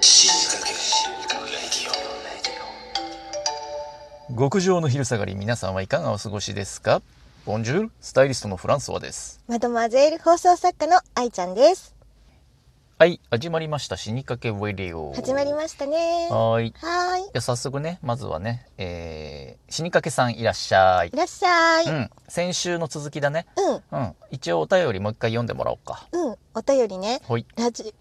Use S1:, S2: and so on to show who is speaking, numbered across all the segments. S1: 死にかけ死にかけレディオレディオ
S2: 極上の昼下がり皆さんはいかがお過ごしですかボンジュールスタイリストのフランソワです
S3: マドマゼール放送作家の愛ちゃんです。
S2: はい始まりました死にかけウェディオ
S3: 始まりましたね。は
S2: はーいい
S3: ーい。
S2: や早速ねまずはね、えー、死にかけさんいらっしゃい
S3: いらっしゃい。
S2: う
S3: うん
S2: 先週の続きだね
S3: ん、
S2: うん一応お便りもう一回読んでもらおうか
S3: うん、お便りね。
S2: ほい
S3: ラジ、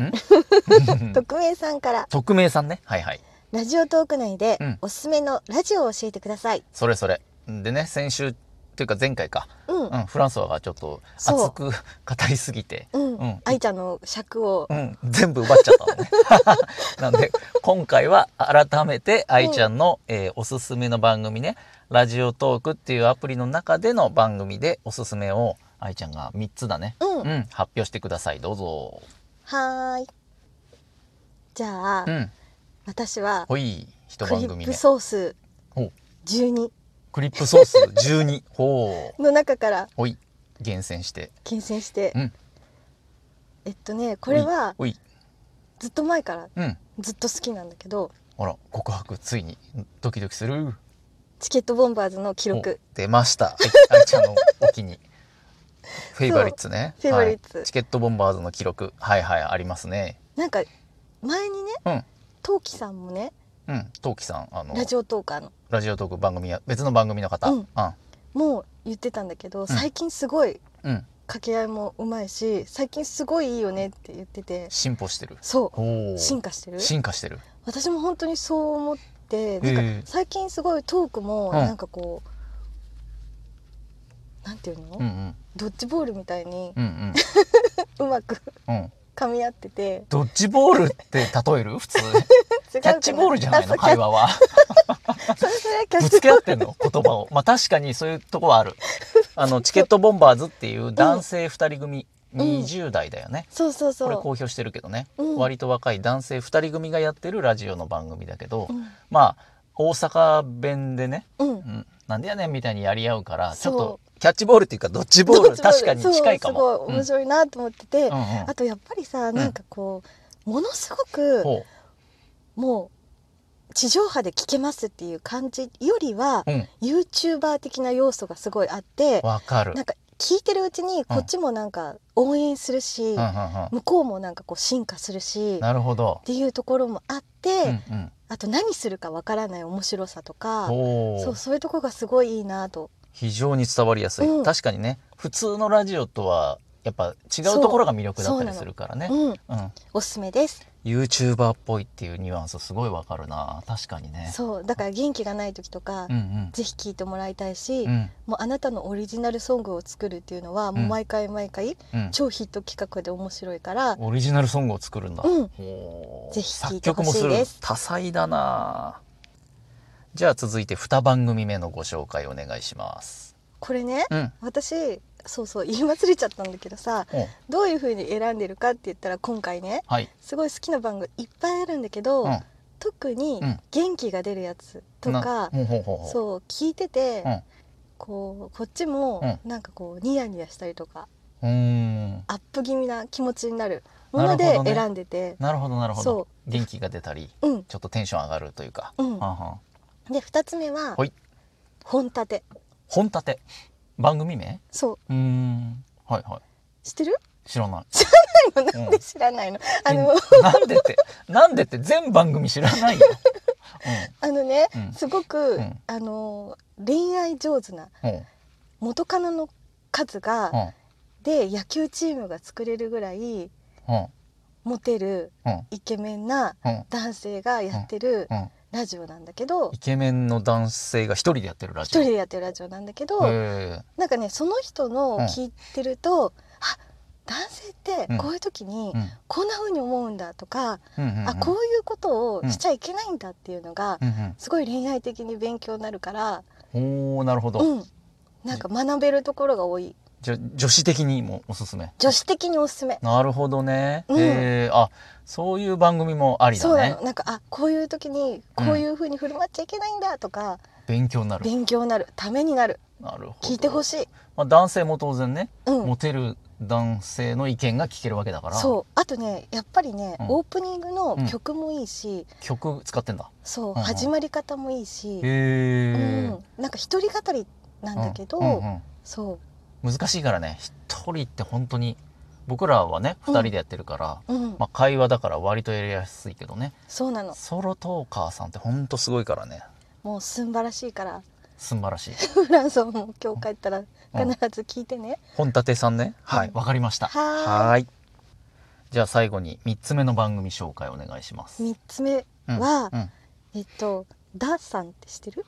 S2: ん
S3: 匿名さんから、
S2: 匿名さんねはいはい
S3: ラジオトーク内で
S2: うん
S3: おすすめのラジオを教えてください。
S2: それそれでね先週というか前回か、
S3: うん
S2: う、ん、フランソワがちょっと
S3: そう
S2: 熱く 語りすぎて
S3: うん、
S2: うん
S3: 愛ちゃんの尺を
S2: う。ん、全部奪っちゃったのね。 なんで、今回は改めて愛ちゃんの、えーおすすめの番組ね、ラジオトークっていうアプリの中での番組でおすすめを愛ちゃんが3つだね。
S3: う
S2: う
S3: ん、
S2: ん、発表してください。どうぞ。
S3: はーい。じゃあ、
S2: うん、
S3: 私は
S2: ほい、一
S3: クリ
S2: 番組
S3: ップ
S2: 目。
S3: ソース
S2: ほう
S3: 12
S2: クリップソース12。ほう。
S3: の中から
S2: ほい、厳選して。
S3: 厳選して、
S2: うん
S3: えっとね、これは
S2: ほい。
S3: ずっと前から
S2: ほいうん。
S3: ずっと好きなんだけど、
S2: ほら、告白ついにドキドキする。
S3: チケットボンバーズの記録
S2: お出ま した愛愛ちゃんのお気にフェイバリッツね
S3: フェイバリッツ
S2: はいチケットボンバーズの記録はいはいありますね
S3: なんか前にね
S2: うん
S3: トウキさんもね
S2: うんトウキさんあの
S3: ラジオトーカーの
S2: ラジオトーク番組や別の番組の方
S3: うん
S2: うん
S3: もう言ってたんだけど最近すごい
S2: うん
S3: 掛け合いもうまいし最近すごいいいよねって言ってて
S2: 進歩してる
S3: そ
S2: お
S3: う
S2: お
S3: 進化してる
S2: 進化してる
S3: 私も本当にそう思って
S2: へえ
S3: なんか最近すごいトーク
S2: う
S3: も
S2: ん
S3: なんかこう、なんていう
S2: う
S3: の、
S2: んうん
S3: ドッジボールみたいに
S2: うん
S3: うまく
S2: うんうん
S3: 噛み合ってて
S2: ドッジボールって例える 普通
S3: キャ
S2: キャッチボールじゃないの会話 は
S3: それそれキャ
S2: ぶつ
S3: ッチ
S2: け合ってんの言葉をまあ確かにそういうとこはあるあ のチケットボンバーズっていう男性2人組、
S3: ん
S2: 20代だよね、
S3: そうそうそ
S2: これ
S3: う
S2: 公表してるけどね、
S3: うん
S2: 割と若い男性2人組がやってるラジオの番組だけど、
S3: うん
S2: まあ大阪弁でね、
S3: うん
S2: うん、なんでやねんみたいにやり合うからち
S3: そ
S2: ょ
S3: う
S2: っとキャッチボールっていうかドッジボール
S3: ドッジボール
S2: 確かに近いかも。
S3: そうすご
S2: う
S3: い
S2: ん
S3: 面白いなと思ってて、
S2: うんうん
S3: あとやっぱりさ
S2: ん
S3: なんかこう、ものすごく
S2: ほ
S3: もう地上波で聞けますっていう感じよりは
S2: う、うん、
S3: YouTuber 的な要素がすごいあって
S2: わかる。
S3: なんか聞いてるうちにこっちもなんか応援するし、
S2: うんうんうん
S3: 向こうもなんかこう進化するしっ
S2: なるほど。
S3: ていうところもあって、
S2: うんうん、
S3: あと何するかわからない面白さと
S2: お
S3: かそう
S2: ー
S3: そういうとこがすごいいいなと
S2: 非常に伝わりやすい、
S3: うん
S2: 確かにね普通のラジオとはやっぱ違うところが魅力だったりするからね。
S3: うん
S2: うん、
S3: おすすめです。
S2: ユーチューバーっぽいっていうニュアンスすごいわかるな確かにね
S3: そうだから元気がない時とか、
S2: うん
S3: ぜひ聴いてもらいたいし、
S2: うんうん
S3: もうあなたのオリジナルソングを作るっていうのはもう毎回毎回
S2: うん
S3: 超ヒット企画で面白いから、
S2: オリジナルソングを作るんだ、
S3: うん
S2: ほう
S3: ぜひ聴いてほしい
S2: 作曲も
S3: です
S2: る多彩だなじゃあ続いて2番組目のご紹介お願いします
S3: これね
S2: うん
S3: 私そうそう言い忘れちゃったんだけどさ
S2: お
S3: どういう風に選んでるかって言ったら今回ね
S2: はい、
S3: すごい好きな番組いっぱいあるんだけど、
S2: うん
S3: 特に
S2: うん
S3: 元気が出るやつとか
S2: な、ほうほうほうほう
S3: そう聞いてて、
S2: うん
S3: こうこっちもなんかこうニヤニヤしたりとか
S2: うーん
S3: アップ気味な気持ちになるもの
S2: なる
S3: で
S2: ほどね
S3: 選んでて、
S2: なるほどなるほど
S3: そ
S2: 元気が出たり
S3: うん
S2: ちょっとテンション上がるというか、
S3: うん
S2: はんはん
S3: で2つ目は
S2: はい
S3: 本立て
S2: 本立て番組名
S3: そ
S2: う
S3: う
S2: ーんはいはい
S3: 知ってる
S2: 知らない
S3: なんで知らないの、あの
S2: えなんでってなんでって全番組知ら ないよ、
S3: あのね、
S2: うん
S3: すごく、
S2: うん
S3: あの恋愛上手な
S2: うんうん
S3: 元カノの数が、
S2: うん
S3: で野球チームが作れるぐらい
S2: うん
S3: モテる
S2: うん
S3: イケメンな
S2: うん
S3: 男性がやってる
S2: うん
S3: ラジオなんだけど
S2: イケメンの男性が一人でやってるラジ
S3: 一
S2: オ
S3: 人でやってるラジオなんだけど、
S2: へ
S3: なんかねその人の聞いてると、あ男性って
S2: うん
S3: こういう時に
S2: え
S3: こんな風に思うんだとか、
S2: うんうんうんうん
S3: あこういうことをしちゃいけないんだっていうのが、
S2: うん
S3: すごい恋愛的に勉強になるから、
S2: うんおーなるほど、
S3: うん、なんか学べるところが多い
S2: じゃ女子的にもおすすめ
S3: 女子的におすすめ。
S2: なるほどね、
S3: うん
S2: へえあそういう番組もあり
S3: そう
S2: だ
S3: な
S2: ね
S3: のなんかあこういう時にこういう風に振る舞っちゃいけないんだとか、
S2: 勉強になる
S3: 勉強になるためになる
S2: なるほど
S3: 聞いてほ
S2: い、
S3: しい。
S2: まあ、男性も当然ね、
S3: うん
S2: モテる男性の意見が聞けるわけだから
S3: そうあとねやっぱりね、
S2: うん
S3: オープニングの曲もいいし、
S2: 曲使ってんだ
S3: そう、
S2: んうん
S3: 始まり方もいいし、
S2: へ
S3: う
S2: え、
S3: ん、なんか一人語りなんだけど、
S2: うんうん
S3: そ
S2: うん難しいからね一人って本当に僕らはね
S3: う
S2: 二
S3: ん
S2: 人でやってるから、
S3: う、うん
S2: まあ、会話だから割とやりやすいけどね
S3: そうなの
S2: ソロトーカーさんって本当すごいからね
S3: もうすんばらしいから
S2: 素晴らしい
S3: フ ランソンも今日帰ったら必ず聞いてね、
S2: 本立さん ねはい
S3: うん
S2: わ、かりました
S3: はーい
S2: ーいじゃあ最後に三つ目の番組紹介お願いします
S3: 三つ目
S2: うん
S3: は
S2: うん
S3: えっとダさんって知ってる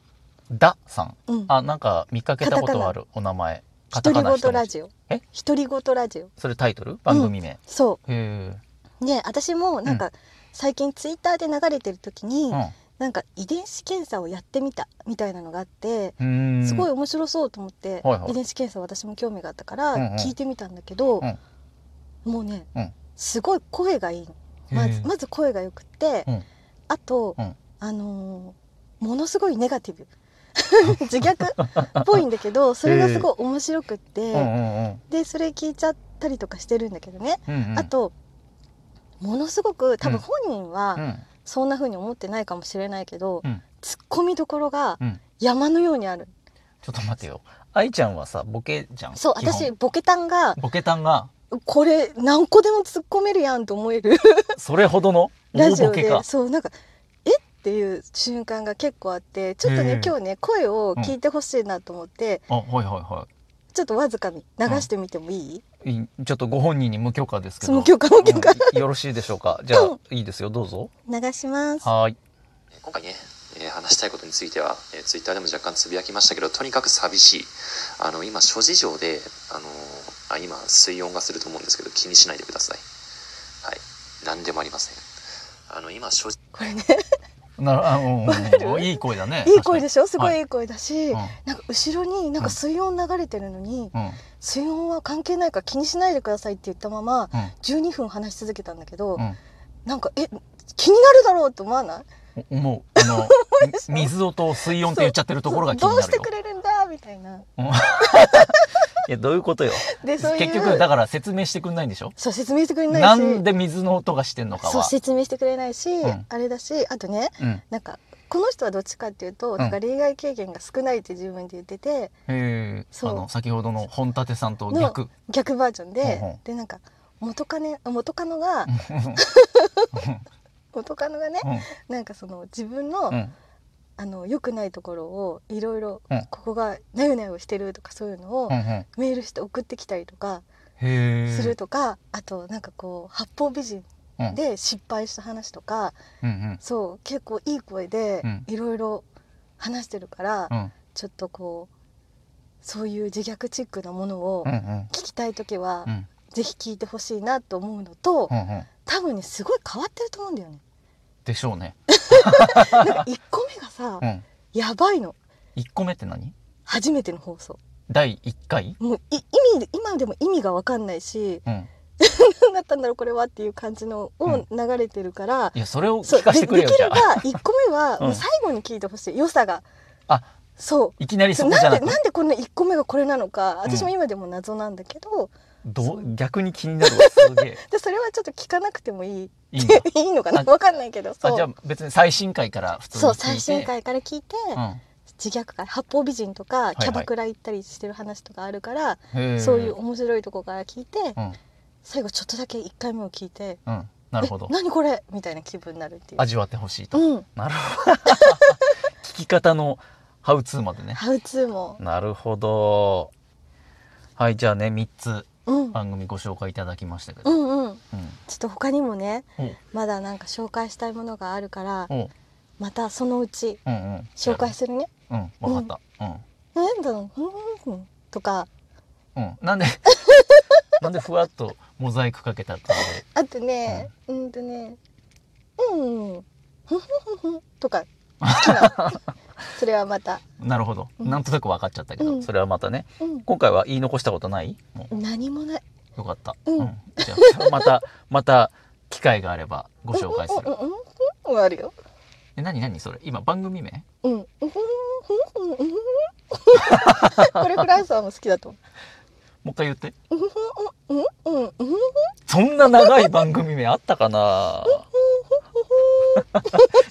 S2: ださん
S3: うん
S2: あなんか見かけたことあるお名前カタ
S3: 独
S2: カ
S3: り
S2: ナ一
S3: 言
S2: 文
S3: ラ
S2: 字
S3: ジオ
S2: え
S3: 独り言ラジオ
S2: それタイトル番組名、
S3: そ
S2: へ
S3: うね私もなんか、最近ツイッターで流れてる時に、
S2: え、う
S3: なんか遺伝子検査をやってみたみたいなのがあっ
S2: ん、
S3: て、
S2: うーん
S3: すごい面白そうと思って、
S2: はいはい
S3: 遺伝子検査私も興味があったから
S2: うんうん
S3: 聞いてみたんだけど、
S2: うん
S3: もうね、
S2: うん
S3: すごい声がいいのま
S2: へ
S3: ず
S2: え
S3: まず声がよくて、
S2: うん
S3: あと、
S2: うん
S3: あのーものすごいネガティブ 自虐っぽいんだ けどそれがすごい面白くって、
S2: うんうんうん
S3: でそれ聞いちゃったりとかしてるんだけどね、
S2: うんうん
S3: あとものすごく多
S2: うん
S3: 分本人
S2: う
S3: は
S2: ん
S3: そんな風に思ってないかもしれないけど、
S2: うん
S3: ツッコミどころが
S2: うん
S3: 山のようにある、
S2: ちょっと待てよ愛ちゃんはさボケじゃん
S3: そう
S2: 基本
S3: 私ボケたんが
S2: ボケたんが
S3: これ何個でも突っ込めるやんと思える
S2: それほどの
S3: ラジ
S2: 大
S3: オ
S2: ボケ
S3: で
S2: か
S3: そうなんかえっていう瞬間が結構あってちょっと
S2: へえ
S3: ね今日ね声を聞いてほしいなと思って、
S2: あはいはいは
S3: ちょっとわずかに流してみてもいい、
S2: いいちょっとご本人に無許可ですけ
S3: そ
S2: ど
S3: の許可の許可、
S2: うんよろしいでしょうかじゃあ
S3: う
S2: いいですよどうぞ
S3: 流します
S2: はーい
S1: 今回ね、えー話したいことについては、えー、ツイッターでも若干つぶやきましたけどとにかく寂しいあの今諸事情で、あのーあ今水温がすると思うんですけど気にしないでくださいはい何でもありませんあの今諸事
S3: これね
S2: なあうんうんうん
S3: わかる
S2: いい声だね
S3: いい声でしょすご
S2: はい
S3: いいい声だし、
S2: 確か
S3: なんか後ろになんか水温流れてるのに、
S2: にうんうん
S3: 水温は関係ないから気にしないでくださいって言ったまま
S2: うん
S3: 12分話し続けたんだけど、
S2: うん
S3: なんかえ気になるだろうと思わない
S2: お思うあの 水音と水温って言っちゃってるところが気に
S3: どう
S2: な
S3: し
S2: る
S3: て
S2: よ
S3: くれるんだみたいな
S2: えどういうことよ
S3: でそういう
S2: 結局だから説明してくんないんでしょ
S3: そう説明してくれないし
S2: なんで水の音がしてんのか
S3: そう
S2: は
S3: 説明してくれないし、
S2: ん
S3: あれだしあとね
S2: うんへ
S3: なんかこの人はどっちかっていうと、
S2: ん
S3: なんか恋愛経験が少ないって自分で言ってて
S2: えあ
S3: そう
S2: の先ほどの本立さんと逆
S3: 逆バージョンで、
S2: うんうん
S3: でなんか元カネ元カノが、元カノがね、
S2: うん
S3: なんかその自分の、
S2: うん
S3: あの良くないところをいろいろ
S2: うん
S3: ここがなよなよしてるとかそういうのを
S2: うんうんへ
S3: メールして送ってきたりとか
S2: え
S3: するとか、あとなんかこう八方美人
S2: うん
S3: で失敗した話とか、
S2: うんうん
S3: そう結構いい声で
S2: うん
S3: いろいろ話してるから、
S2: うん
S3: ちょっとこうそういう自虐チックなものを
S2: うんうん
S3: 聞きたい時は、
S2: うん
S3: ぜひ聞いてほしいなと思うのと、
S2: うんうん
S3: 多分ねすごい変わってると思うんだ よね。
S2: でしょうね
S3: なんか1個目がさ、
S2: うん
S3: やばいの
S2: 一個目って何
S3: 初めての放送。
S2: 第一回
S3: もうい意味今でも意味が分かんないし
S2: うん
S3: 何だったんだろうこれはっていう感じのを流れてるから、
S2: いやそれを
S3: そう
S2: 聞かせてくれよ
S3: ででき
S2: じゃ
S3: れば
S2: あ
S3: 1個目はもう最後に聞いてほしい、良さが
S2: あ
S3: そう
S2: いきなりそ
S3: そう
S2: こじゃ
S3: なん
S2: な
S3: で
S2: く
S3: なんでこんな1個目がこれなのか
S2: うん
S3: 私も今でも謎なんだけど、
S2: ど
S3: そう
S2: 逆に気になるわすげえ
S3: でそれはちょっと聞かなくてもいい
S2: いいんだ
S3: いいのかな
S2: あ
S3: わかんないけど
S2: あ
S3: そ
S2: じゃあ
S3: う
S2: 別に最新回から普通に
S3: そう
S2: 聞い
S3: 最
S2: て
S3: 新回から聞いて、
S2: うん
S3: 自虐会八方美人とか
S2: い
S3: キャバクラ行ったりしてる話とかあるから、
S2: へえ
S3: そういう面白いとこから聞いて、
S2: うん
S3: 最後ちょっとだけ1回目を聞いて
S2: うんなるほど
S3: え何これみたいな気分になるっていう。
S2: 味わってほしいと
S3: うん、
S2: なるほど 聞き方のハウツーまでね
S3: ハウツーも、
S2: なるほどはいじゃあね3つ
S3: うん、
S2: 番組ご紹介いただきましたけ
S3: う
S2: ど、
S3: んうん
S2: うん
S3: ちょっと他にもね
S2: おう
S3: まだなんか紹介したいものがあるから
S2: おう
S3: またそのうち
S2: うんうん
S3: 紹介するね。
S2: うんわかったうん、
S3: なんだろううんうんとか
S2: うん、なん でなんでふわっとモザイクかけたって
S3: あとね、うんとね、うん、ふんふんふんふんとか好きな。それはまた、
S2: なるほど、
S3: うん
S2: なんとなく分かっちゃったけど、
S3: うん
S2: それはまたね
S3: う
S2: 今回は言い残したことないも
S3: ん、何もない。
S2: うよかった、
S3: うん
S2: じゃあまたまた機会があればご紹介す
S3: うん
S2: る
S3: うんうんうんうんあるよ。
S2: え何何それ今番組名
S3: うん、うんふんふんふんふんこれフランスはもう好きだと思
S2: もう一回言って。
S3: うふふうんうんうんうん
S2: そんな長い番組名あったかな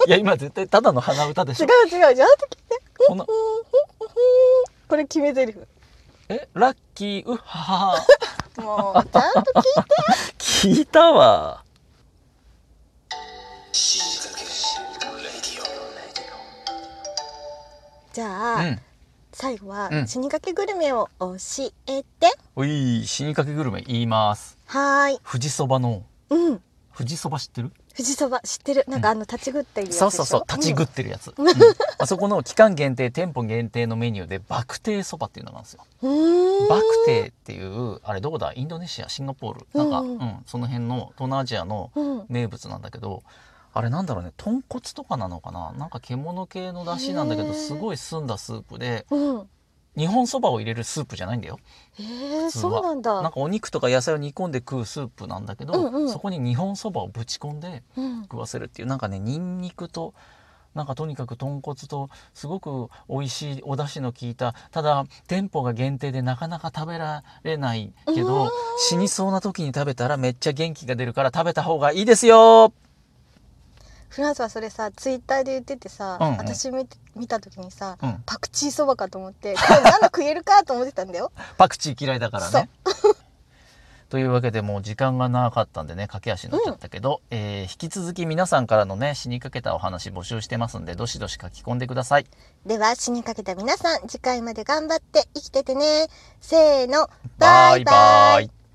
S2: いや、今絶対ただの鼻歌でし
S3: 違
S2: ょ。
S3: う違うじゃあと聞いて
S2: この
S3: う、んうんうんこれ決め台詞
S2: え、ラッキー、うっはは。
S3: もうちゃんと聞いて
S2: 聞いたわ。
S3: じゃ
S2: う
S3: あ、
S2: ん。
S3: 最後は
S2: うん
S3: 死にかけグルメを教えて
S2: おい、死にかけグルメ言います。
S3: はーい
S2: 富士そばの、
S3: うん
S2: 富士そば知ってる
S3: 富士そば知ってるなんかあの立ち食ってるやつでし
S2: そ
S3: ょ
S2: うそうそう、立ち食ってるやつ。
S3: うん
S2: うんあそこの期間限定、店舗限定のメニューで、バクテーそばっていうのがあるんですよ。
S3: うんうーん
S2: バクテーっていう、あれどこだインドネシア、シンガポール。なんか、
S3: う
S2: う
S3: ん
S2: ん、その辺の東南アジアの
S3: うん
S2: 名物なんだけどあれなんだろうね豚骨とかなのかななんか獣系の出汁なんだけ
S3: へ
S2: ど
S3: ー
S2: すごい澄んだスープで
S3: うん
S2: 日本そばを入れるスープじゃないんだよ普
S3: えー、
S2: 通は
S3: そうなんだ
S2: なんかお肉とか野菜を煮込んで食うスープなんだけど、
S3: うんうん
S2: そこに日本そばをぶち込んで
S3: うん
S2: 食わせるっていうなんかねニンニクとなんかとにかく豚骨とすごく美味しいお出汁の効いたただ店舗が限定でなかなか食べられないけ
S3: うー
S2: ど
S3: ん
S2: 死にそうな時に食べたらめっちゃ元気が出るから食べた方がいいですよ
S3: フランスはそれさツイッターで言っててさ、
S2: うんうん
S3: 私見て見た時にさ、
S2: うん
S3: パクチーそばかと思ってこれ何だ食えるかと思ってたんだよ
S2: パクチー嫌いだからね。 というわけでもう時間が長かったんでね駆け足になっちゃったけど、えー引き続き皆さんからのね死にかけたお話募集してますんでどしどし書き込んでください。
S3: では死にかけた皆さん次回まで頑張って生きててねせーのバイバイ
S2: イ